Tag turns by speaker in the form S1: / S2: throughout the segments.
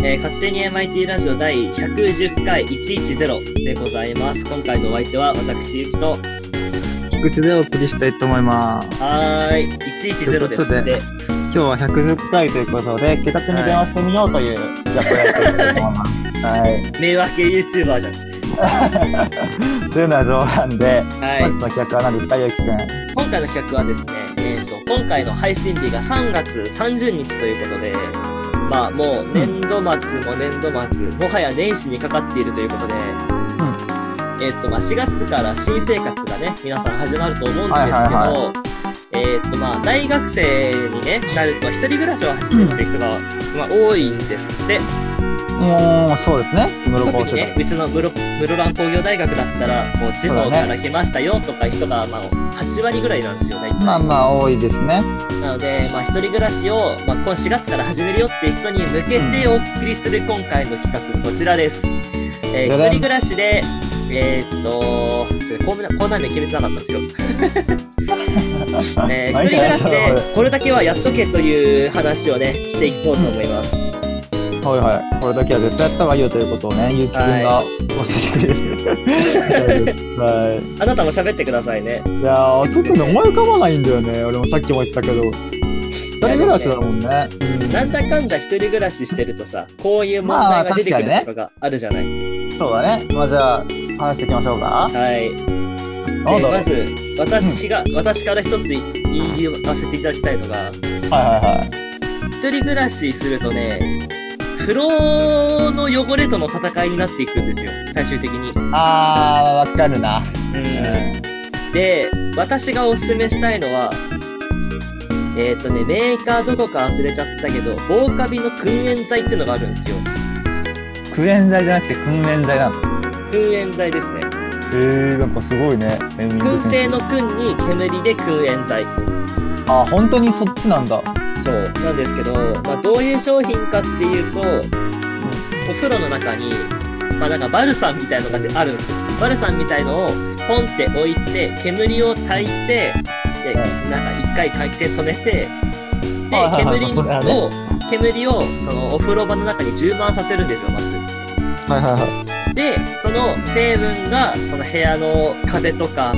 S1: えー勝手に MIT ラジオ第110回110でございます。今回のお相手は私、ゆきと、
S2: 菊池でお送りしたいと思います。
S1: はーい、110ですっ
S2: とい
S1: て
S2: う。今日は110回ということで、気立てに電話してみようという、やってやっていきたいと思います。はい。
S1: 迷惑系 YouTuber じゃん。
S2: というのは冗談で、
S1: はい
S2: 本。日の企画は何ですか、ゆうきくん。
S1: 今回の企画はですね、えー、と今回の配信日が3月30日ということで、まあ、もう年度末も年度末、もはや年始にかかっているということで、えっ、とまあ、4月から新生活がね皆さん始まると思うんですけど、
S2: はいは
S1: えっ、とまあ大学生に、ね、なると一人暮らしを始めるっていう人が、まあ、多いんですって
S2: もう、そうですね。室
S1: 特
S2: 高
S1: に
S2: 所
S1: ねうちの室室蘭工業大学だったらこう地方から来ましたよとか人が、まあ、8割ぐらいなんですよね。
S2: まあまあ、多いですね。
S1: なので、まあ、一人暮らしを、まあ、今4月から始めるよっていう人に向けてお送りする今回の企画、こちらです。えー
S2: じ
S1: 一
S2: ゃじゃん
S1: 人暮らしで、えーっと、ちょっとコーナーコーナー名決めてなかったんですよ。 えー一人暮らしで、これだけはやっとけという話をね、していこうと思います。
S2: はいはい。これだけは絶対やった方がいいよということをね、ゆうきくんが教えてくれる。はい。
S1: あなたも喋ってくださいね。
S2: いやー、ちょっとね、思い浮かばないんだよね。俺もさっきも言ったけど。二人暮らしだもんね。うん
S1: なんだかんだ一人暮らししてるとさ、こういう問題が出てくるとかがあるじゃない。
S2: そうだね。まあじゃあ、話していきましょうか。
S1: はい。
S2: な
S1: で
S2: んだろう
S1: まず私が、私から一つ言いわせていただきたいのが
S2: はいはいはい。
S1: 一人暮らしするとね風呂の汚れとの戦いになっていくんですよ最終的に。
S2: あー、わかるな。
S1: で私がおすすめしたいのはえっ、とねメーカーどこか忘れちゃったけど防カビの燻煙剤ってのがあるんですよ。
S2: クエン剤じゃなくて訓練剤なの。
S1: 燻煙剤ですね。
S2: えー、なんかすごいね。
S1: 燻製の燻に煙で燻煙剤。
S2: あ、本当にそっちなんだ。
S1: そうなんですけど、まあ、どういう商品かっていうと、お風呂の中に、まあ、なんかバルサンみたいのがあるんですよバルサンみたいのをポンって置いて煙を焚いてで
S2: は
S1: なんか一回換気扇止めてで
S2: はいはい
S1: 煙
S2: はいはい
S1: を煙をそのお風呂場の中に充満させるんですよまず
S2: はいはいは
S1: でその成分がその部屋の壁とか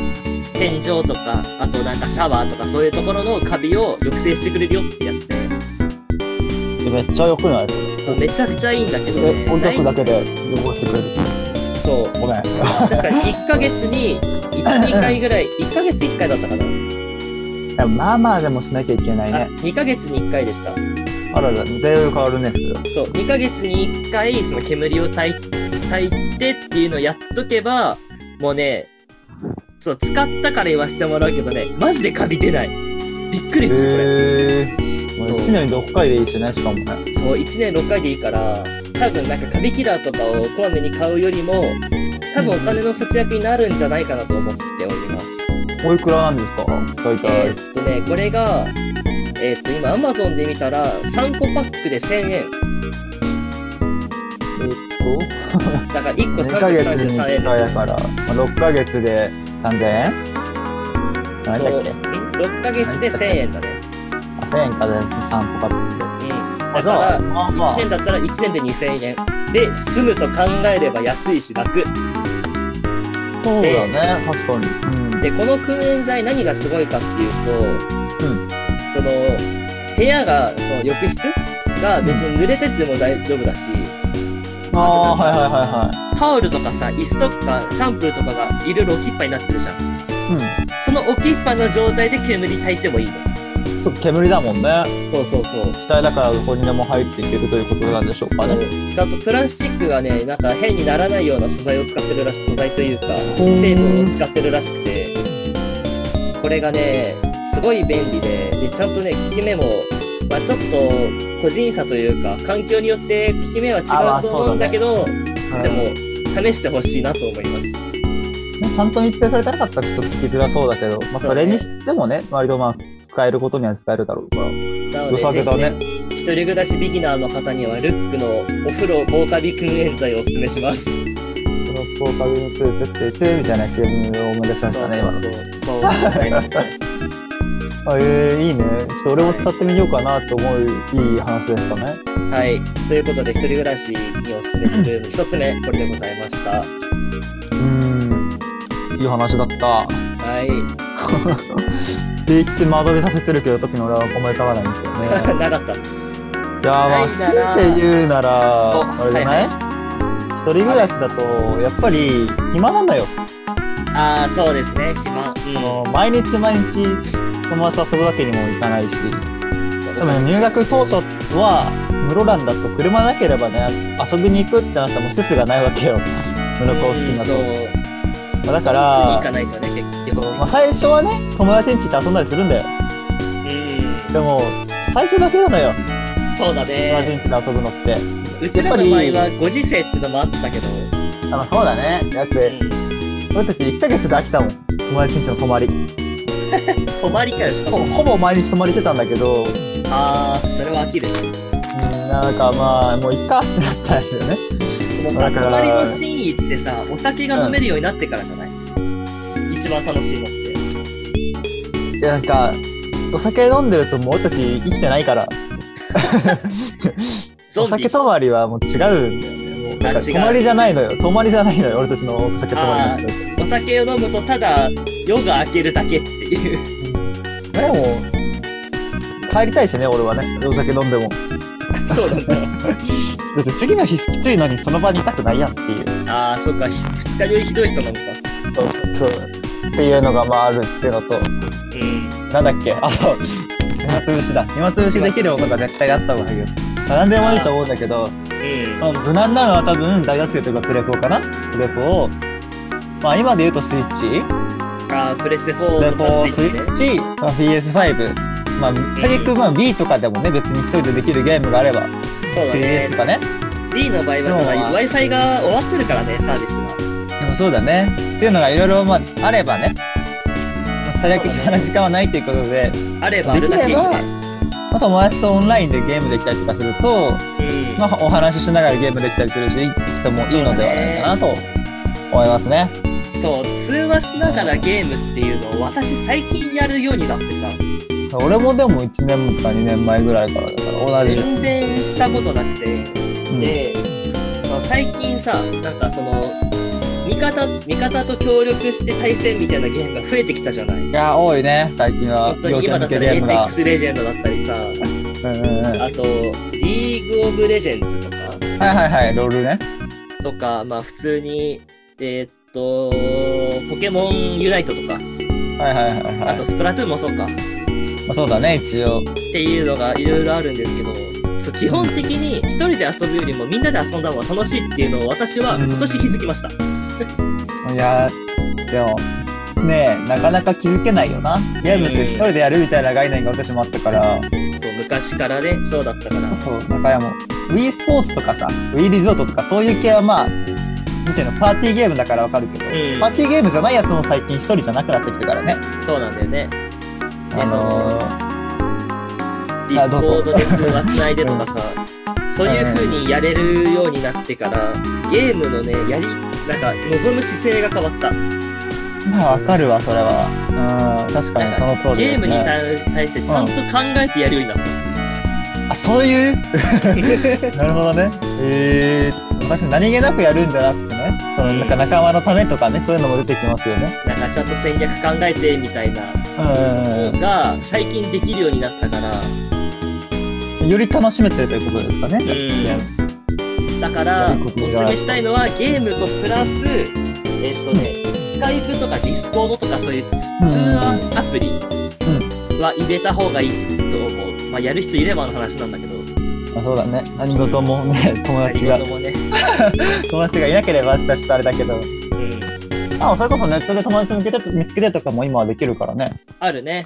S1: 天井とかあとなんかシャワーとかそういうところのカビを抑制してくれるよってやつで
S2: い。めっちゃ良くない
S1: めちゃくちゃいいんだけどね
S2: え、置いとくだけで予防してくれる。
S1: そう
S2: ごめん。
S1: 確かに1ヶ月 に12回ぐらい1ヶ月1回だったかな、
S2: でもまあまあでもしなきゃいけない
S1: あ
S2: ね。
S1: 2ヶ月に1回でした
S2: あらら、だいぶ変わるね。
S1: そう2ヶ月に1回その煙をたい焚いてっていうのをやっとけばもうねそう使ったから言わせてもらうけどねマジでカビ出ないびっくりするこれ、
S2: へえー。もう
S1: そう
S2: 1年で6回でいいしね、しかもね。
S1: そう1年6回でいいから多分なんかカビキラーとかをこまめに買うよりも多分お金の節約になるんじゃないかなと思っております
S2: おいくらなんですか大
S1: え
S2: 体。
S1: ーっとね、これが、えーっと、今、アマゾンで見たら、3個パックで1000円。
S2: えっ
S1: だから、1個
S2: と、2ヶ月
S1: 333
S2: に
S1: 円
S2: 1回
S1: で
S2: だ
S1: す。
S2: から、6ヶ月で3000円何
S1: そ
S2: だ
S1: う
S2: っけ。
S1: 6ヶ月で1000円だね。
S2: あ1000円から3個買って。
S1: うん。
S2: あ
S1: だ
S2: じ
S1: か
S2: ゃあ、
S1: ら、
S2: まあまあ
S1: 1、年だったら1年で2000円。で、住むと考えれば安いし楽。
S2: そうだね、確かに。うん。
S1: で、この訓練剤何がすごいかっていうと、
S2: うん
S1: その、部屋が、その浴室が別に濡れてても大丈夫だし、
S2: ああー、はいは
S1: タオルとかさ、椅子とかシャンプーとかがいろいろ置きっぱになってるじゃん。
S2: いはいはい。
S1: その置きっぱの状態で煙焚いてもいいの。
S2: うん。ちょっと煙だもんね。
S1: そうそうそう。
S2: 機体だからどこにでも入っていけるということなんでしょうかね。
S1: ちゃんとプラスチックがね、なんか変にならないような素材を使ってるらしい、素材というか、
S2: ー
S1: 成分を使ってるらしくて、これがね、すごい便利で、でちゃんとね、効き目も、まあ、ちょっと個人差というか、環境によって効き目は違
S2: あま
S1: う
S2: あ
S1: と思うんだけど、でも
S2: う
S1: 試
S2: ん、
S1: してほしいなと思います。
S2: ちゃんと密閉されてなかったらちょっと聞きづらそうだけど、まあ、それにしてもね、割とまあ、使えることには使えるだろうから。
S1: なの
S2: 良
S1: で、
S2: さげだ
S1: ぜ。
S2: ね
S1: ひね一人暮らしビギナーの方には、ルックのお風呂防カビ訓練剤をおすすめします。
S2: その効果についてってて、みたいな CM を思い出しまし
S1: そ
S2: た
S1: うそ
S2: ね、今
S1: う
S2: の。
S1: そう。そう。
S2: あえー、いいね。ちょっと俺も使ってみようかなと思ういい話でしたね。
S1: はい。ということで、一人暮らしにおすすめする一つ目、これでございました。
S2: うーん、いい話だった。
S1: はい。
S2: って言って間延びさせてるけど、特に俺は思い浮かばないんですよね。
S1: なかった。
S2: いやーまあ
S1: ないなら
S2: 強いて言うな
S1: お
S2: らあれじゃない、一人暮らしだとやっぱり暇なんだよ、
S1: ああ、そうですね。暇。うん
S2: あの毎日毎日友達と遊ぶわけにもいかないしでもね入学当初は室蘭だと車なければね遊びに行くってなったらもう施設がないわけよ室戸付近だと、
S1: うんそう。
S2: まあだか
S1: に行
S2: ら
S1: かないとね、結
S2: そう
S1: 局。
S2: まあ、最初はね友達ん家って遊んだりするんだよ
S1: うん。
S2: でも最初だけなのよ
S1: そうだ
S2: 友達ん
S1: ね。
S2: 家で遊ぶのって
S1: うちらの場合はご時世ってのもあったけど。
S2: あのそうだねだっ
S1: う
S2: て
S1: ん。
S2: 俺たち1ヶ月で飽きたもん友達ん家の泊まり
S1: 泊まりかよ、しか
S2: ほ
S1: も。
S2: ほぼ毎日泊まりしてたんだけど、うん
S1: ああ、それは飽きる。
S2: なんかまあ、もういっかってなったんですよね。
S1: でもさ、
S2: だから
S1: 泊まりの真意ってさ、お酒が飲めるようになってからじゃない、一番楽しいのって。
S2: いや、なんか、お酒飲んでるともう俺たち生きてないから、
S1: ゾ
S2: お
S1: ンビ
S2: 酒。泊まりはもう違うんだよね。もうなん
S1: あ
S2: か
S1: 違う
S2: 泊まりじゃないのよ。泊まりじゃないのよ、俺たちのお酒泊まりなんて。
S1: お酒を飲むとただ夜が明けるだけっていう。
S2: でも、帰りたいしね、俺はね。お酒飲んでも。
S1: そうなんだ。
S2: だって次の日きついのにその場にいたくないやんっていう。
S1: ああ、そっか、ひ二日酔いひどい人なのか。
S2: そうそう。っていうのがまああるっていうのと、
S1: うん。
S2: なんだっけ、あ と、暇つぶしだ。暇つぶしできることが絶対あった方がいいよ。まあ何でもいいと思うんだけ
S1: う
S2: ど、
S1: ん。
S2: まあ、無難なのは多分大学生とかプレフォーかなプレフォーを、まあ今で言うとスイッチ
S1: ああ、プレス
S2: プレ
S1: 4
S2: フ
S1: と
S2: ォ
S1: かス
S2: ー、
S1: イ
S2: スイ
S1: ッチね。
S2: ッチ、まあ、PS5。まあ、最悪、まあ B とかでもね、別に一人でできるゲームがあれば、
S1: そうだ
S2: 3DS
S1: ね
S2: と。かね。
S1: B の場合はただ Wi-Fi が終わってるからね、サービスが。
S2: でもそうだね。っていうのがいろいろ、まあ、あればね。まあ最悪暇な時間はないということで、
S1: あればあるだけいいね。
S2: まあ、友達とオンラインでゲームできたりとかすると、
S1: うん。
S2: まあ、お話ししながらゲームできたりするし、人もいいのではないかなと思いますね。
S1: そう、通話しながらゲームっていうのを私最近やるようになってさ、
S2: 俺もでも1年とか2年前ぐらいからだから同じ。
S1: 全然したことなくて。
S2: うん
S1: で、まあ、最近さなんかその味方味方と協力して対戦みたいなゲームが増えてきたじゃない
S2: いや、多いね、最近は。
S1: 本当に今だったら
S2: ゲームが。
S1: APEX レジェンドだったりさ
S2: うんうんうん。はい
S1: あとリーグオブレジェンズとか
S2: はいはい、ロールね。
S1: とかまあ普通にえーっとポケモンユナイトとか
S2: はいはいはいはい。
S1: あとスプラトゥーンもそうかっ
S2: まあ、そうだね、一応。
S1: ていうのがいろいろあるんですけどそう基本的に一人で遊ぶよりもみんなで遊んだ方が楽しいっていうのを私は今年気づきました、
S2: いや、でも、ねえ、なかなか気づけないよな。ゲームって一人でやるみたいな概念が私もあったから、
S1: そう昔からねそうだったから
S2: そう、中山も。Wii スポーツとかさ、Wii リゾートとか、そういう系はまあ、見てのパーティーゲームだからわかるけど、
S1: うん
S2: パーティーゲームじゃないやつも最近一人じゃなくなってきてからね。
S1: そうなんだよね
S2: あのー、
S1: ディスコードで通話つないでとかさ、そういう風にやれるようになってから、ゲームのね、やり、なんか、望む姿勢が変わった。
S2: まあわかるわそれはうん確かにその通
S1: ゲ
S2: りで
S1: ーム
S2: す
S1: に
S2: ね
S1: 対対してちゃんと考えてやるようになった。
S2: あそういう なるほどねえー、私何気なくやるんじゃなくてねそのなんか仲間のためとかねそういうのも出てきますよね
S1: なんか、ちゃんと戦略考えてみたいな
S2: うん
S1: のが、最近できるようになったから、
S2: うんうんより楽しめてるということですかねじゃあ
S1: うん
S2: ゲーム
S1: だから、おすすめしたいのは、ゲームとプラス、えっとね、スカイプとかディスコードとかそういう通話アプリは入れた方がいいと思う。まあ、やる人いればの話なんだけど。
S2: まあ、そうだね何事もね友達
S1: 何
S2: が
S1: 事もね。
S2: 友達がいなければした人あれだけど
S1: うん。
S2: あそれこそネットで友達見つけて見つけてとかも今はできるからね
S1: あるね。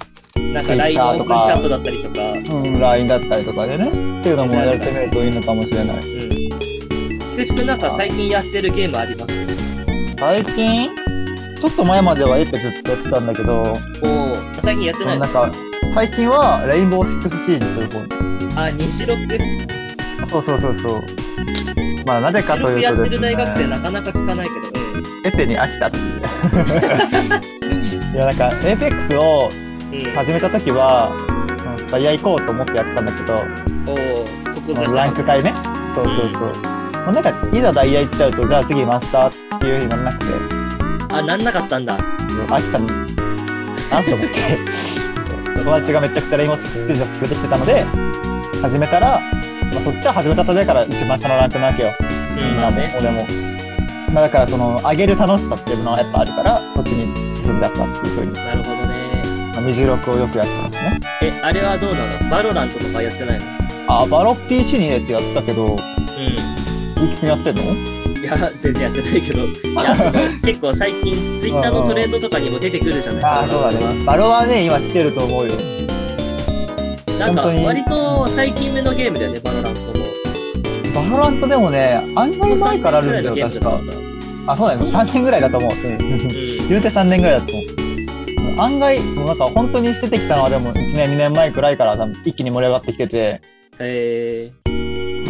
S1: なんか
S2: Twitter
S1: LINE のオープン
S2: とか
S1: チャットだったりとか。うん。
S2: うん LINE だったりとかでねっていうのもやれてみるといいのかもしれない
S1: 菊池くんなんか最近やってるゲームあります
S2: 最近ちょっと前まではエペずっとやってたんだけど、
S1: おお。最近やってないの
S2: なんか最近はレインボーシックスシーズンという
S1: あ、西六。
S2: 本。そうそうそうそう。まあなぜか
S1: 西
S2: と
S1: 六
S2: い
S1: や
S2: う
S1: っ
S2: と
S1: て
S2: で
S1: る
S2: す
S1: 大学生
S2: ね、
S1: なかなか聞かないけど。
S2: エペに飽きたっていう。いやなんかエイペックスを
S1: うん。
S2: 始めた時は、その、タイヤ行こうと思ってやったんだけど、
S1: おおー、ここ
S2: そ
S1: 座
S2: の
S1: し
S2: ラ
S1: た
S2: ンク会ね。そうそうそう。もうなんか、いざダイヤ行っちゃうと、じゃあ次マスターっていうふうにならなくて、
S1: あ、なんなかったんだ。
S2: 飽きたなと 思って、友達がめちゃくちゃレインボーシックスステージを進めてきてたので、始めたら、まあ、そっちは始めたただから一番下のランクなわけよ。
S1: う
S2: み
S1: ん、
S2: ん
S1: ま
S2: な
S1: あ
S2: も、
S1: ね。
S2: 俺も。まあ、だからその、上げる楽しさっていうのはやっぱあるから、そっちに進んじゃったっていうふうに、ま
S1: なるほどね。
S2: あ、未収録をよくやってますね。
S1: え、あれはどうなのバロラントとかやってないの
S2: あ、バロッ PC に入れてやったけど、ゆきくんやってんの
S1: うん。いや、全然やってないけ ど。いや、その結構最近、ツイッターのトレンドとかにも出てくるじゃない
S2: ああ、そうだね。バロはね、今来てると思うよ。
S1: なんか、
S2: 本当に
S1: 割と最近目のゲームだよね、バロラントも。
S2: バロラントでもね、案
S1: も
S2: 外
S1: う
S2: 前からあるんだ
S1: 3
S2: よ、
S1: 年
S2: 確
S1: くらいの。
S2: か
S1: ゲームだっ
S2: あ、そうだよね。
S1: そう
S2: 3年ぐらいだと思う。うん
S1: た。うん
S2: 言うて3年ぐらいだと思う。もう案外、もうなんか本当に出てきたのはでも1年2年前くらいから多分一気に盛り上がってきてて、
S1: え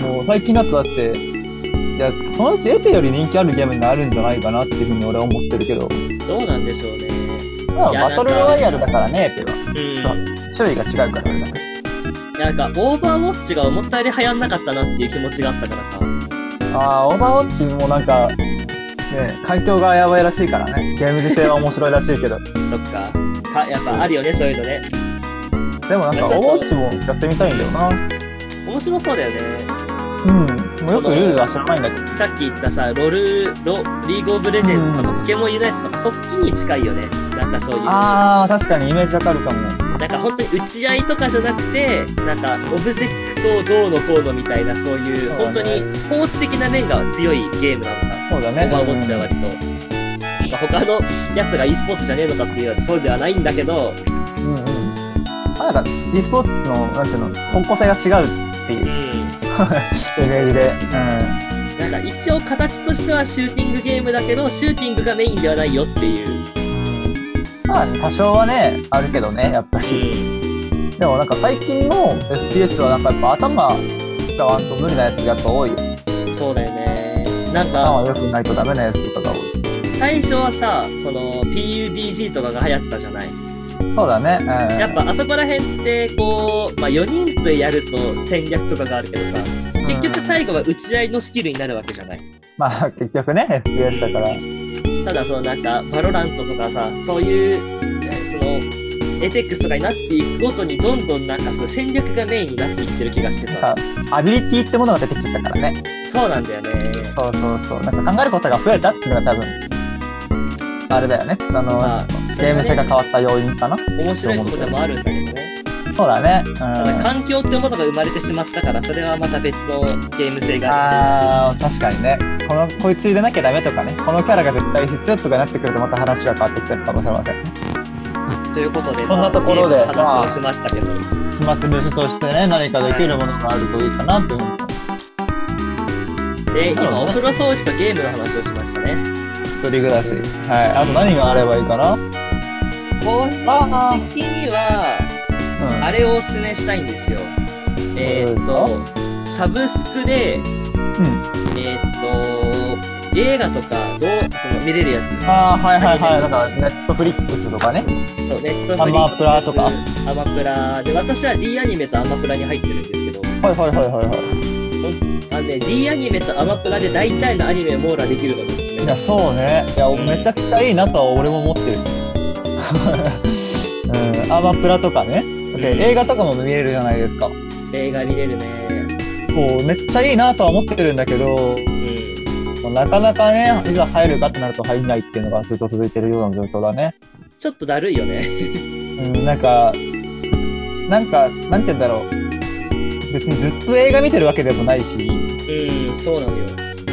S2: もう最近だとだって、いや、そのうちエペより人気あるゲームになるんじゃないかなっていうふうに俺は思ってるけど、
S1: ー、どうなんでしょうね。
S2: まあ
S1: いやなん
S2: バ
S1: か
S2: トルロワイヤルだからね、エペは。そ
S1: うん。
S2: 種類が違うから、俺だけ。
S1: なんか、オーバーウォッチが思ったより流行んなかったなっていう気持ちがあったからさ。
S2: ああ、オーバーウォッチもなんか、ね、環境がやばいらしいからね。ゲーム自体は面白いらしいけど。
S1: そっか。かやっぱあるよね、そういうのね。
S2: でもなんか、オーバーウォッチもやってみたいんだよな。
S1: 面白そうだよね。
S2: うん。もうよくルールは知らないんだけど。
S1: さっき言ったさ、ロル、ロ、リーグオブレジェンズとか、ポケモンユナイトとか、そっちに近いよね。なんかそういう。
S2: ああ、確かにイメージわかるかも。
S1: なんか本当に打ち合いとかじゃなくて、なんかオブジェクトをどうのこうのみたいな、そういう、
S2: そう
S1: 本当
S2: だね
S1: にスポーツ的な面が強いゲームなのさ。
S2: そうだ
S1: オ
S2: ね。
S1: ーバーウォッチは割と。まあ、他のやつが e スポーツじゃねえのかっていうとそうではないんだけど、
S2: うんうん。あ、なんか、e スポーツの、なんていうの、方向性が違うっていううイメ
S1: ん。そうそ
S2: ー
S1: うそ
S2: ジ
S1: う
S2: で。
S1: なんか一応形としてはシューティングゲームだけど、シューティングがメインではないよっていう。
S2: うん。まあ、多少はね、あるけどね、やっぱり。でもなんか最近の FPS はなんかやっぱ頭使わんと無理なやつがやっぱ多いよ。
S1: そうだよね。なん
S2: 頭
S1: か、
S2: 良くないとダメなやつとかが多い。
S1: 最初はさ、その PUBG とかが流行ってたじゃない。
S2: そうだね。うん。
S1: やっぱあそこら辺って、こう、まあ4人とやると戦略とかがあるけどさ、結局
S2: うん
S1: 最後は打ち合いのスキルになるわけじゃない。
S2: まあ結局ね、FPS だから。
S1: ただそのなんか、バロラントとかさ、そういう、ねその、エテックスとかになっていくごとにどんどんなんかその戦略がメインになっていってる気がしてさ
S2: あ、アビリティってものが出てきちゃったからね。
S1: そうなんだよね。
S2: そうそうそう。なんか考えることが増えたっていうのが多分、あれだよね。あの、
S1: まあ、
S2: ゲーム性が変わった要因かな。
S1: 面白いとこでもあるんだけどね。
S2: そうだね。うん。
S1: ただ環境ってものが生まれてしまったから、それはまた別のゲーム性があ
S2: あー、確かにね。この、こいつ入れなきゃダメとかね。このキャラが絶対必要とかになってくるとまた話が変わってきちゃうかもしれません。
S1: るということで、
S2: そんなところで
S1: まあゲームの話をしましたけど、
S2: 暇つぶしとしてね、何かできるものがあるといいかなって思う。
S1: で、今、お風
S2: なるほどね
S1: 呂掃除とゲームの話をしましたね。
S2: 一人暮らし。はい。あと何があればいいかなうん。
S1: 個人
S2: あ
S1: 的には、あれをおすすめしたいんですよ。えーっ、と、サブスクで、
S2: うん。
S1: えーっ、と、映画とかどうその見れるやつ、
S2: ああ、はいはいはい。なんか、ネットフリックスとかね。
S1: そうネット
S2: アマプラとか
S1: アマプラで、私は D アニメとアマプラに入ってるんですけど、
S2: はいはいはいはいはい。
S1: あのね、D アニメとアマプラで大体のアニメ網羅できるのです
S2: いや、
S1: ね。
S2: そうね。いや、
S1: うん
S2: めちゃくちゃいいなとは俺も思ってる。 うん、アマプラとかね。で、
S1: うん
S2: 映画とかも見れるじゃないですか。こ
S1: 映画見れるね。
S2: う、めっちゃいいなとは思ってるんだけど、
S1: うん。
S2: なかなかね、いざ入るかってなると入んないっていうのがずっと続いてるような状況だね。
S1: ちょっとだるいよね。
S2: うん、なんか、なんか、なんて言うんだろう。別にずっと映画見てるわけでもないし、
S1: うん、そうなのよ。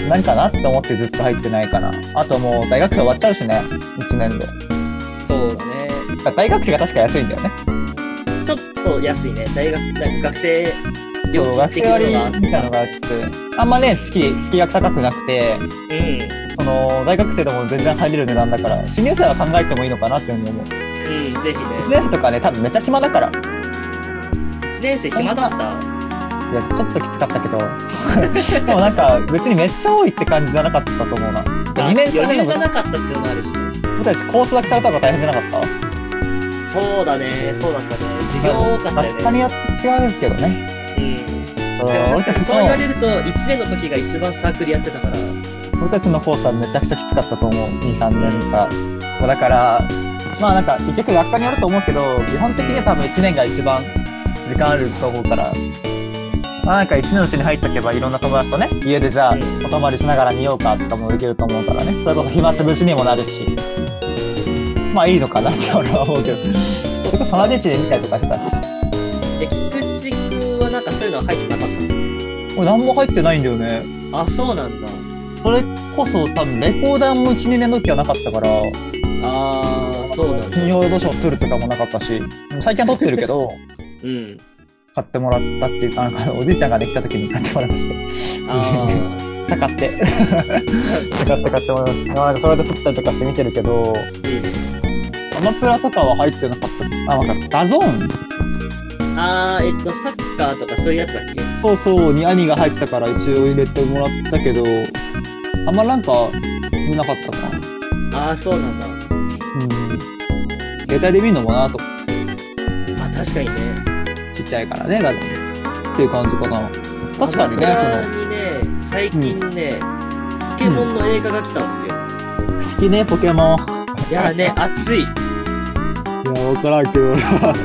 S2: 何かなって思ってずっと入ってないかな。あともう大学生終わっちゃうしね、1年で。
S1: そうだね。
S2: 大学生が確か安いんだよね。
S1: ちょっと安いね。大学、なんか学生料
S2: そう、
S1: 金的
S2: 学生
S1: な
S2: 割
S1: のがあって
S2: みたいなのがあって、あんまね、月、月額高くなくて、
S1: うん。
S2: その、大学生でも全然入れる値段だから、新入生は考えてもいいのかなっていうふうに思う。
S1: うん、ぜひ
S2: 1
S1: ね。
S2: 年生とかね、多分めちゃ暇だから。い
S1: 1年生暇だった
S2: や、ちょっときつかっ たけど。でもなんか、別にめっちゃ多いって感じじゃなかったと思うな。2年
S1: あ
S2: 生
S1: 余
S2: の
S1: 裕が
S2: 僕
S1: なかったっていうのもあるしね。
S2: たちコースだけされた方が大変じゃなかった
S1: そうだね、そうだったね。授業多かったよ
S2: 学科
S1: ね。
S2: によって違うけどね。
S1: うん。
S2: その
S1: でも
S2: 俺たち
S1: そう言われ
S2: の、
S1: ると、1年の時が一番サークルやってたから。
S2: 俺たちのコースはめちゃくちゃきつかったと思う。2、3年が。もうだから、まあなんか、結局学科によると思うけど、基本的には多分1年が一番時間あると思うから、まあなんか1年のうちに入っとけばいろんな友達とね、家でじゃあ
S1: うん
S2: お泊まりしながら見ようかとかもできると思うからね。それこそ暇つぶしにもなるし。まあいいのかなって俺は思うけど。それこそ同じ地で見たりとかしてたし。
S1: え、菊池君はなんかそういうのは入ってなかっ
S2: 俺何も入ってないんだよね。
S1: たあ、そうなんだ。
S2: それこそ多分レコーダーも1、2年の時はなかったから、
S1: あー、そうなんだ。
S2: 金曜ロードショー撮るとかもなかったし、最近は撮ってる けど、
S1: うん。
S2: 買ってもらったっていうか、なん かおじいちゃんができた時に買ってもらいました。
S1: あ
S2: 高って。高って買ってもらいました。まあなんかそれで撮ったりとかして見てるけど、
S1: ー、いいね。
S2: アマプラとかは入ってなかった。あ、なんかダゾーン
S1: あー、えっと、サッカーとかそういうやつだっけ
S2: そうそうに兄が入ってたから一応入れてもらったけど、あんまなんか見なかったかな。
S1: あー、そうなんだ。
S2: うん。携帯で見るのもなと思っ
S1: あ、確かにね。
S2: てちっちゃいからね、だって。っていう感じかな。確かに
S1: ア
S2: ね、
S1: マ
S2: そ
S1: プ
S2: の
S1: ラ。にね、最近ね、ポケモンの映画が来たんですよ。
S2: 好きね、ポケモン。
S1: いやーね、熱い。い
S2: いや、わからんけど。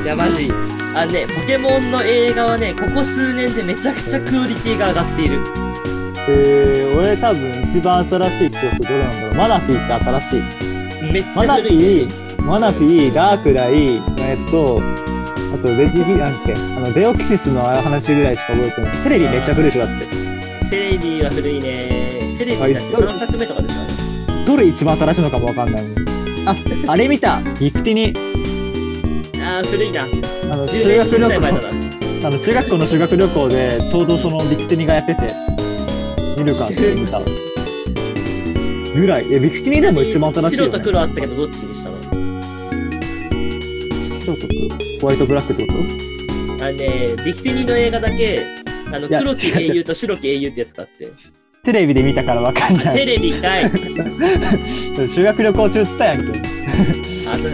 S1: や、マジ。あのね、ポケモンの映画はね、ここ数年でめちゃくちゃクオリティが上がっている。
S2: えー、俺多分一番新しい記憶どれなんだろう。マナフィーって新しい。
S1: めっち
S2: マ
S1: ゃ
S2: ナフ
S1: 古い。
S2: ィー、マナフィー、ガークライのやつと、あとレジギ、なんだっけ、あの、デオキシスのあの話ぐらいしか覚えてない。テレビめっちゃ古いでしょ、だって。
S1: テレビは古いね。テレビだって3作目とかでしょ
S2: どれ一番新しいのかもわかんないもん。あ、あれ見たギクティに、
S1: あー、古いな。
S2: あの、
S1: 10
S2: 修
S1: 年
S2: 学
S1: ぐ
S2: 旅
S1: らい
S2: 行
S1: 前
S2: の
S1: だな。、
S2: あの、中学校の修学旅行で、ちょうどそのビクティニがやってて、見るかって 見た。ぐらい。え、ビクティニでも一番新しいよ、
S1: 白
S2: ね。
S1: と黒あったけど、どっちにしたの
S2: 白と黒。ホワイトブラックってこと
S1: あのね、ビクティニの映画だけ、あの、
S2: いや
S1: 黒き
S2: 違う
S1: 英
S2: 違う
S1: 雄と白き英雄ってやつがあって。
S2: テレビで見たからわかんな
S1: テ
S2: い。
S1: レビかい。あ
S2: 修学旅行中っつったやんけ。
S1: とね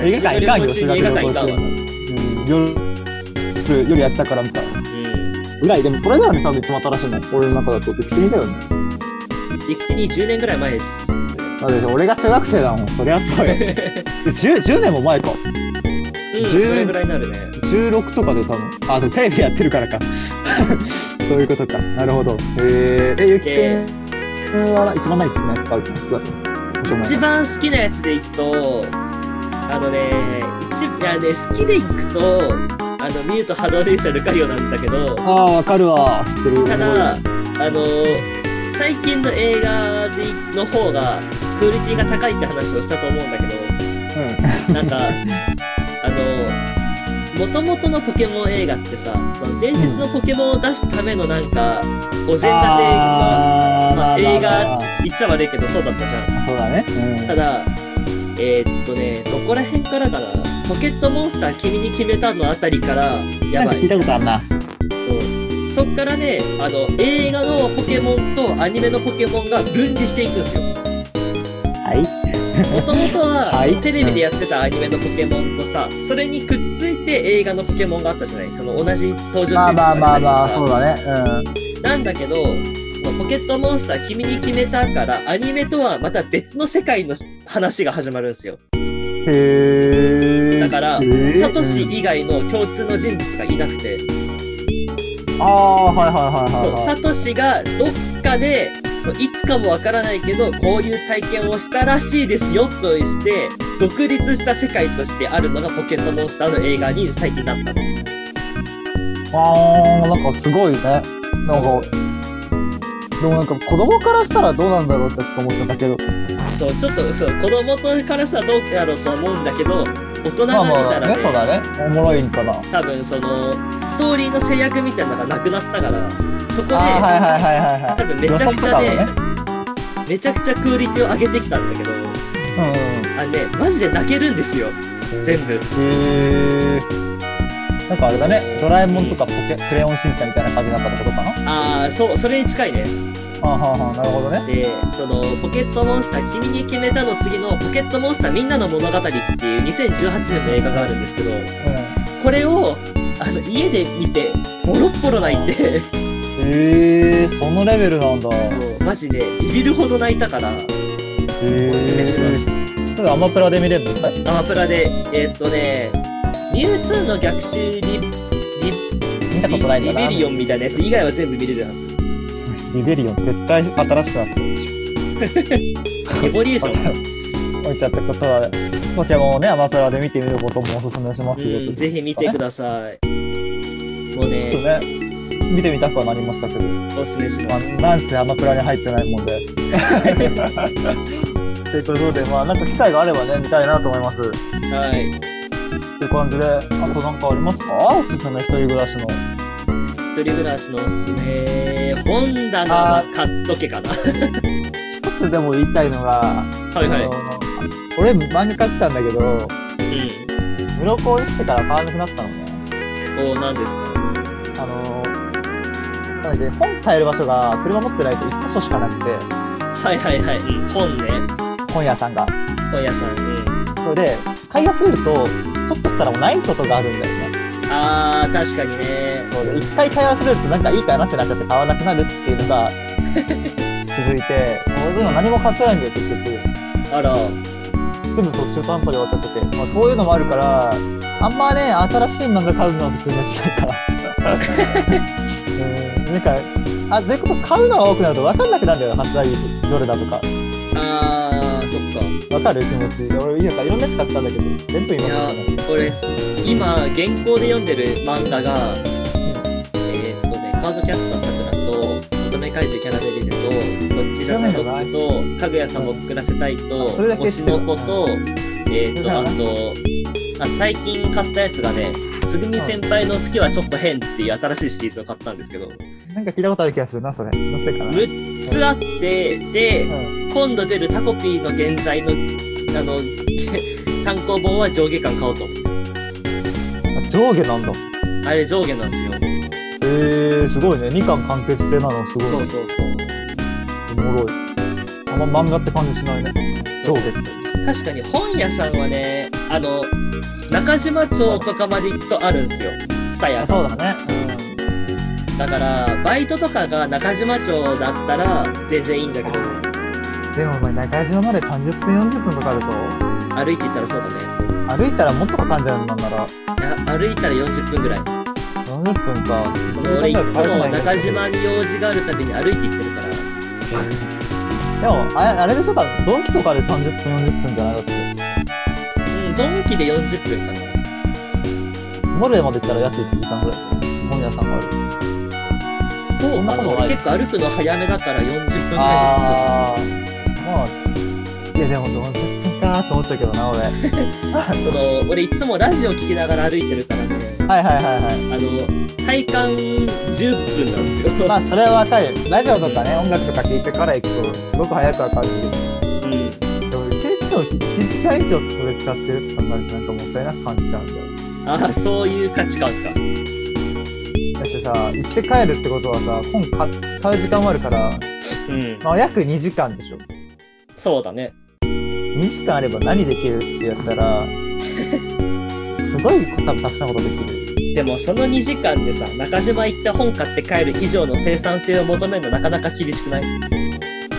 S2: 映画館行かんよ、修
S1: 修学旅行中に
S2: 学旅
S1: 映
S2: 行
S1: 画館行かん
S2: 中
S1: わ。
S2: うん夜、夜夜やってたからみたいな。
S1: うん。
S2: ぐらい、でもそれなのに多分一番新しいの。俺の中だと、ビクティニだよね。
S1: ビクティニ10年ぐらい前です。
S2: だって俺が中学生だもん。そりゃそう よ。10, 10年も前か。
S1: うん、そ
S2: 10
S1: れぐらいになるね。
S2: 16とかで多分。あ、でもテレビやってるからか。 そういうことか。なるほど。えー、え、ゆき
S1: で
S2: くんは一番何好きなやつ買うってこと
S1: 一番好きなやつでいくと、あのね、一いやね、好きでいくと、あの、ミュート波動電車ルカリオなんだけど、
S2: ああ、わかるわ。知ってる。
S1: ただ、あの、最近の映画での方が、クオリティが高いって話をしたと思うんだけど、なんか、あの、もともとのポケモン映画ってさ、その伝説のポケモンを出すためのなんか、お膳立てが、
S2: あー
S1: まあ映画
S2: まあまあ
S1: 言っちゃ悪いけどそうだったじゃん。
S2: まあそうだね。うん
S1: ただ、えーっとね、どこら辺からかな、ポケットモンスター君に決めたのあたりから、や
S2: なん
S1: ば
S2: か
S1: い
S2: 聞い。たことあんな。
S1: うんそっからね、あの、映画のポケモンとアニメのポケモンが分離していくんですよ。
S2: はい。
S1: もともとは、
S2: はい
S1: テレビでやってたアニメのポケモンとさ、それにくっついて映画のポケモンがあったじゃないその同じ登場人
S2: まあ
S1: 物
S2: まあまあま
S1: が
S2: あ、
S1: いたり
S2: そう
S1: とか
S2: だね。うん。
S1: なんだけど、そのポケットモンスター君に決めたから、アニメとはまた別の世界の話が始まるんですよ。
S2: へえ。
S1: だから
S2: へー
S1: サトシ
S2: うん
S1: 以外の共通の人物がいなくて、
S2: ああ、はいはいはいは
S1: そ
S2: い
S1: う
S2: は
S1: サ
S2: い。
S1: トシがどっかで、そういつかもわからないけど、こういう体験をしたらしいですよとして、独立した世界としてあるのがポケットモンスターの映画に最近なったの。
S2: あー、なんかすごいね。なんか、でもなんか子供からしたらどうなんだろうってちょっと思っちゃったけど、
S1: そう、ちょっとそう子供からしたらどうだろうとは思うんだけど、大人
S2: ま
S1: が
S2: あ
S1: 見
S2: ま
S1: た
S2: あ
S1: ら
S2: ね、そ
S1: ね、
S2: うだね。おもろいんかな。あ
S1: 多分その、ストーリーの制約みたいなのがなくなったから、そこで、
S2: あー、はいはいはいはい
S1: 多
S2: は
S1: 分
S2: い。
S1: めちゃくちゃね
S2: 予測と
S1: めちゃくちゃクオリティを上げてきたんだけど、
S2: かもね。
S1: あのね、マジで泣けるんですよ、全部。
S2: うんうん。へえ。なんかあれだね、ドラえもんとかポケ、クレヨンしんちゃんみたいな感じだったってことかな
S1: ああ、そう、それに近いね。
S2: あはあはあ、なるほどね。
S1: で、その、ポケットモンスター、君に決めたの次の、ポケットモンスターみんなの物語っていう2018年の映画があるんですけど、
S2: うん。
S1: これを、あの、家で見て、ボロッボロ泣いて、
S2: えー、そのレベルなん
S1: も
S2: だ。
S1: う、マジで、ビビるほど泣いたから、
S2: えー、
S1: おすすめします。
S2: ただアマプラで見れるのかい
S1: アマプラで、えーっとね、ミュウツーの逆襲リリ
S2: 見たことないん
S1: リ
S2: だな。
S1: ベリオンみたいなやつ以外は全部見れるはず。
S2: リベリオン絶対新しくなってるでし ょ。
S1: エボリューション。
S2: 置いちゃったことは、ポケモンをね、アマプラで見てみることもおすすめしますよ。
S1: うん、ぜひ見てください。もう
S2: ちょっと
S1: ね、
S2: ね、見てみたくはなりましたけど、
S1: おすすめしま
S2: まあ
S1: す。、
S2: なんせアマプラに入ってないもんで。 ということで、まあ、なんか機会があればね、見たいなと思います。っ
S1: はい。
S2: ていう感じで、あとなんかありますかおすすめ一人暮らしの。
S1: 一人暮らしのおすすめ、本棚は買っとけかな。
S2: 一つでも言いたいのが、
S1: はいはい
S2: あ。の俺漫画描ってたんだけど、
S1: う
S2: 室ロコ行ってから買わなくなったのね。
S1: ん。お何ですか
S2: あのー、なんだっけ、本買える場所が車持ってないと1箇所しかなくて、
S1: はいはいはい。うん本ね。
S2: 本屋さんが。
S1: 本屋さんに。
S2: それで、買い忘れると、ちょっとしたらもうないことがあるんだよね。
S1: あー、確かにね。
S2: そうで、一回買い忘れるとなんかいいかなってなっちゃって買わなくなるっていう のが続いて、俺今何も買ってないんだよ、結局。
S1: あら、
S2: 全部途中短波で終わっちゃってて。まあ、そういうのもあるから、あんまね、新しい漫画買うのはおすすめしない から。うん、なんか、あ、そういうこと買うのが多くなると分かんなくなるんだよ、発売日どれだとか。
S1: あー、そっか。
S2: わかる気持ち。俺、いいのか、いろんなやつ買ったんだけど、全部今
S1: いや
S2: 買ったの。、
S1: 俺、今、原稿で読んでる漫画が、えーっとね、カードキャプターさくらと、乙女怪獣キャラメルと、どっちらさドッグと、かぐや様をくくらせたいと、
S2: それだけ
S1: 推しの子と、えーっ
S2: それだ
S1: と、あと、あ最近買ったやつがね、つぐみ先輩の好きはちょっと変っていう新しいシリーズを買ったんですけど、
S2: なんか聞いたことある気がするな、それ。気のせいかな。うん。
S1: 6つあって、で、今度出るタコピーの現在の、あの、 単行本は上下巻買おうと思って。
S2: あ上下なんだ。
S1: あれ上下なんですよ。
S2: えー、すごいね。2巻完結制なの、すごい、ね。
S1: そうそうそう。
S2: おもろい。あんま漫画って感じしないね。上下って。
S1: 確かに本屋さんはねあの中島町とかまで行くとあるんですよ蔦屋が
S2: うだね。
S1: だからバイトとかが中島町だったら全然いいんだけど
S2: うん。でもお前、中島まで30分、40分かかると、
S1: 歩いて行ったらそうだね
S2: 歩いたらもっとかかんじゃうんなんなら、
S1: いや歩いたら40分ぐらい
S2: 40分か。
S1: 俺いつも中
S2: でも、
S1: 島に用事があるたびに歩いて行ってるから
S2: あれあれでしょ、多分ドンキとかで30分、40分じゃないだって。
S1: うんドンキで40分かな
S2: モレまで行ったら約1時間ぐらい。本屋さんがある。
S1: そう
S2: そんな
S1: あ
S2: こと
S1: の
S2: ない
S1: 俺結構歩くの早めだから40分ぐらいで着くんです
S2: あーまあ、いやでもどうせっかーと思ったけどな、俺。はい
S1: その俺いつもラジオ聞きながら歩いてるからね
S2: はいはいはい。
S1: あの体感10分なんですよ
S2: まあ、それはわかるよ。ラジオとかね、音楽とか聞いてから行くと、すごく早くわかるけ
S1: うん
S2: ど、でも一日のうち、一日間以上それ使ってるって考えるとなんかもったいなく感じちゃうんだよ。
S1: ああそういう価値観か
S2: だってさ、行って帰るってことはさ、本買買う時間もあるから、
S1: うん
S2: まあ約2時間でしょ。
S1: そうだね
S2: 2時間あれば何できるってやったら、すごい多分たくさんのことできる。
S1: でもその2時間でさ中島行って本買って帰る以上の生産性を求めるのなかなか厳しくない
S2: う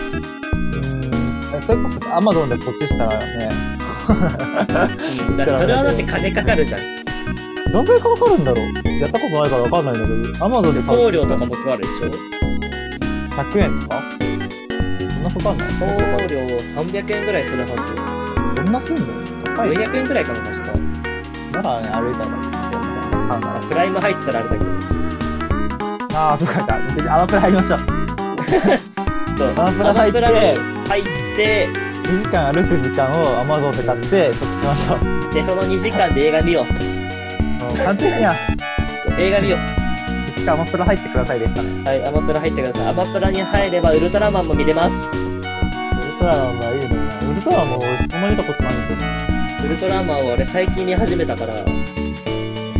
S2: んそれこそアマゾンでこっちしたらね、
S1: うんだからそれはだって金かかるじゃん
S2: どんぐらいかかるんだろうやったことないからわかんないんだけど、アマゾンで買う
S1: 送料とかも加わるでしょ
S2: 100円とかそんなかかんない
S1: 送料300円ぐらいするはず
S2: どんなすんの高いね。
S1: 400円ぐらいかな確か
S2: ならね、歩いたらいいんだよね。買うなら
S1: プライム入ってたらあれだけど
S2: ああ、そうか、じゃあ、別にアマプラ入りましょう。
S1: そう
S2: アマプラ入って
S1: アマプラに入って
S2: 2時間歩く時間をアマゾンで買って、得しましょう。
S1: でその2時間で映画見よう
S2: もう完璧には、
S1: そう映画見よう
S2: 一回アマプラ入ってくださいでしたね。
S1: はいアマプラ入ってくださいアマプラに入ればウルトラマンも見れます
S2: ウルトラマンはいいね。ウルトラマンも俺、そんな見たことないんだよ。
S1: ウルトラマンは俺最近見始めたから
S2: で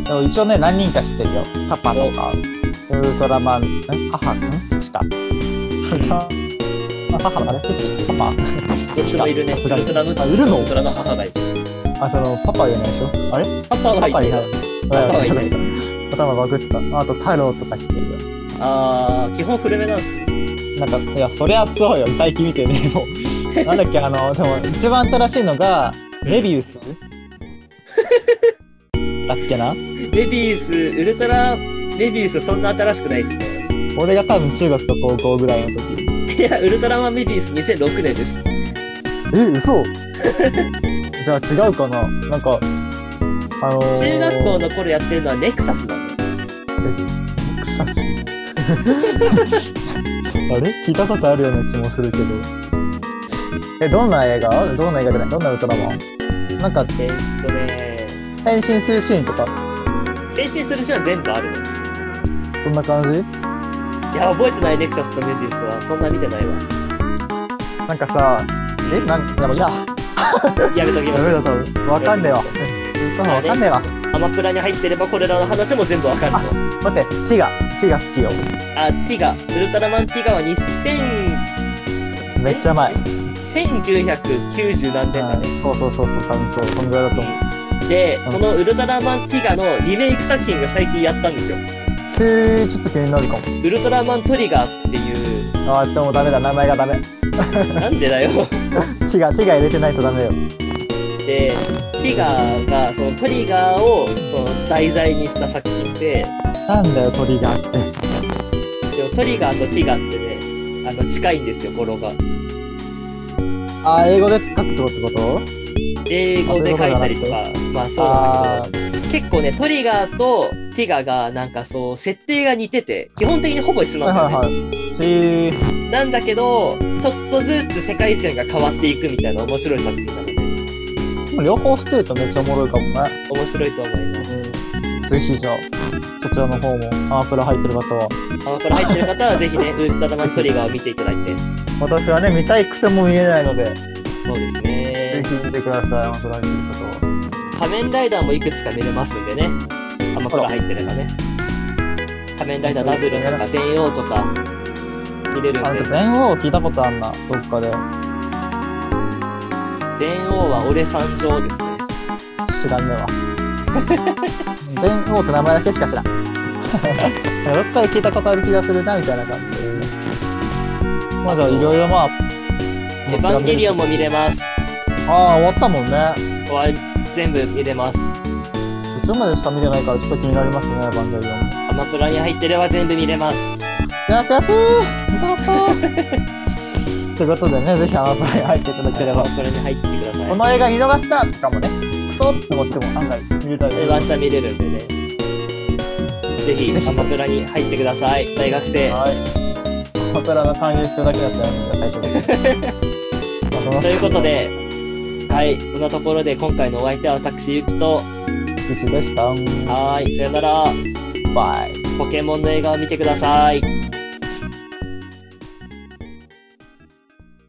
S2: も一応ね、何人か知ってるよ。パパとか、ウルトラマン、ん母、ん父か。母だね、父、パパ。
S1: どっちもいるね。ウルトラの
S2: あ
S1: 父
S2: いるの
S1: ウルトラの母がいる。
S2: あ、その、パパいないでしょあれ
S1: パパ
S2: パ
S1: は
S2: パい
S1: いな
S2: ないい。。
S1: パパはいない。
S2: 頭バグった。あと、太郎とかしてるよ。
S1: あー、基本古めなんすね。
S2: なんか、いや、そりゃそうよ。最近見てね、もう。なんだっけ、あの、でも、一番新しいのが、メビウスだっけな
S1: メビウス、ウルトラ、メビウスそんな新しくないですね。
S2: 俺が多分中学と高校ぐらいの時。
S1: いや、ウルトラマンメビウス2006年です。
S2: え、嘘じゃあ違うかななんか、あのー、
S1: 中学校の頃やってるのはネクサスなんだよ。
S2: あれ聞いたことあるような気もするけど。え、どんな映画どんな映画じゃないどんなウルトラマンなんか、
S1: えーっとね、
S2: 変身するシーンとか、
S1: 変身するシーンは全部あるね。
S2: どんな感じ
S1: いや、覚えてないネクサスとメビウスはそんな見てないわ。
S2: なんかさ、え、なんか、いや、
S1: やめとき
S2: や
S1: まし
S2: め
S1: ょ
S2: ろ
S1: う。
S2: 多分。わかんねえわ。ウルトラマンわかんねえわ。
S1: アマプラに入ってればこれらの話も全部わかるの。
S2: 待って、ティガ、ティガ好きよ。
S1: あ、ティガ、ウルトラマンティガは2000、
S2: めっちゃ前。
S1: 1990何年だね。
S2: そうそうそうそう、多分そう、こんぐらいだと思う。
S1: で、
S2: うん
S1: そのウルトラマンティガのリメイク作品が最近やったんですよ。
S2: へー、ちょっと気になるかも。
S1: ウルトラマントリガーっていう、
S2: あー、ちょ、もうダメだ、名前がダメ。
S1: なんでだよ。
S2: ティガ、ティガ入れてないとダメよ。
S1: で、ティガーが、そのトリガーをその題材にした作品で、
S2: なんだよ、トリガーって。
S1: でもトリガーとティガーってね、あの、近いんですよ、語呂が。
S2: あー、英語で書くってことってこと
S1: 英語で書いたりとか、まあそうなんだ
S2: あー
S1: けど、結構ね、トリガーとティガーが、なんかそう、設定が似てて、基本的にほぼ一緒なんだよね。
S2: はいはいはい。へえー。
S1: なんだけど、ちょっとずつ世界線が変わっていくみたいな面白い作品なので、
S2: でも両方してるとめっちゃおもろいかもね。
S1: 面白いと思います。
S2: ぜひじゃあ、そちらの方もアマプラ入ってる方は。
S1: あの、これ入ってる方はぜひね、ウルトラマントリガーを見ていただいて。
S2: 私はね、見たいくせも見えないので、
S1: そうです
S2: ぜ
S1: ね。
S2: ひ見てください、アマプラにいる方は。
S1: 仮面ライダーもいくつか見れますんでね。アマプラ入ってればね。仮面ライダーダブルとか、電王とか、見れるん
S2: あ、なん
S1: で
S2: か。全王聞いたことあんな、どっかで。
S1: 電王は俺三丁ですね。
S2: 知らんねえわ。全王って名前だけしか知 らん。どっかで聞いたことある気がするな、みたいな感じで。まあじゃあ、いろいろまあ。
S1: エヴァンゲリオンも見れます。
S2: ああ、終わったもんね。
S1: 終わり全部見れます。
S2: 途中までしか見れないからちょっと気になりますね、エヴァンゲリオンも。
S1: アマプラに入ってれば全部見れます。
S2: いや、悔しい見たかった ということでね、ぜひアマプラに入っていただけれ
S1: アマ
S2: ば。
S1: プラに入ってください
S2: こ。の映画見逃したとかもね、クソって思っても案外見れたり
S1: でワンチャン見れるんでね。ぜひ、アマプラに入ってください。大学生。
S2: はい。アマプラが勧誘してるだけだったら最初に。まあその
S1: ということで、はい、こんなところで今回のお相手は私、ゆきと、
S2: 一でした。
S1: はーい、さよなら、
S2: バイ。
S1: ポケモンの映画を見てください。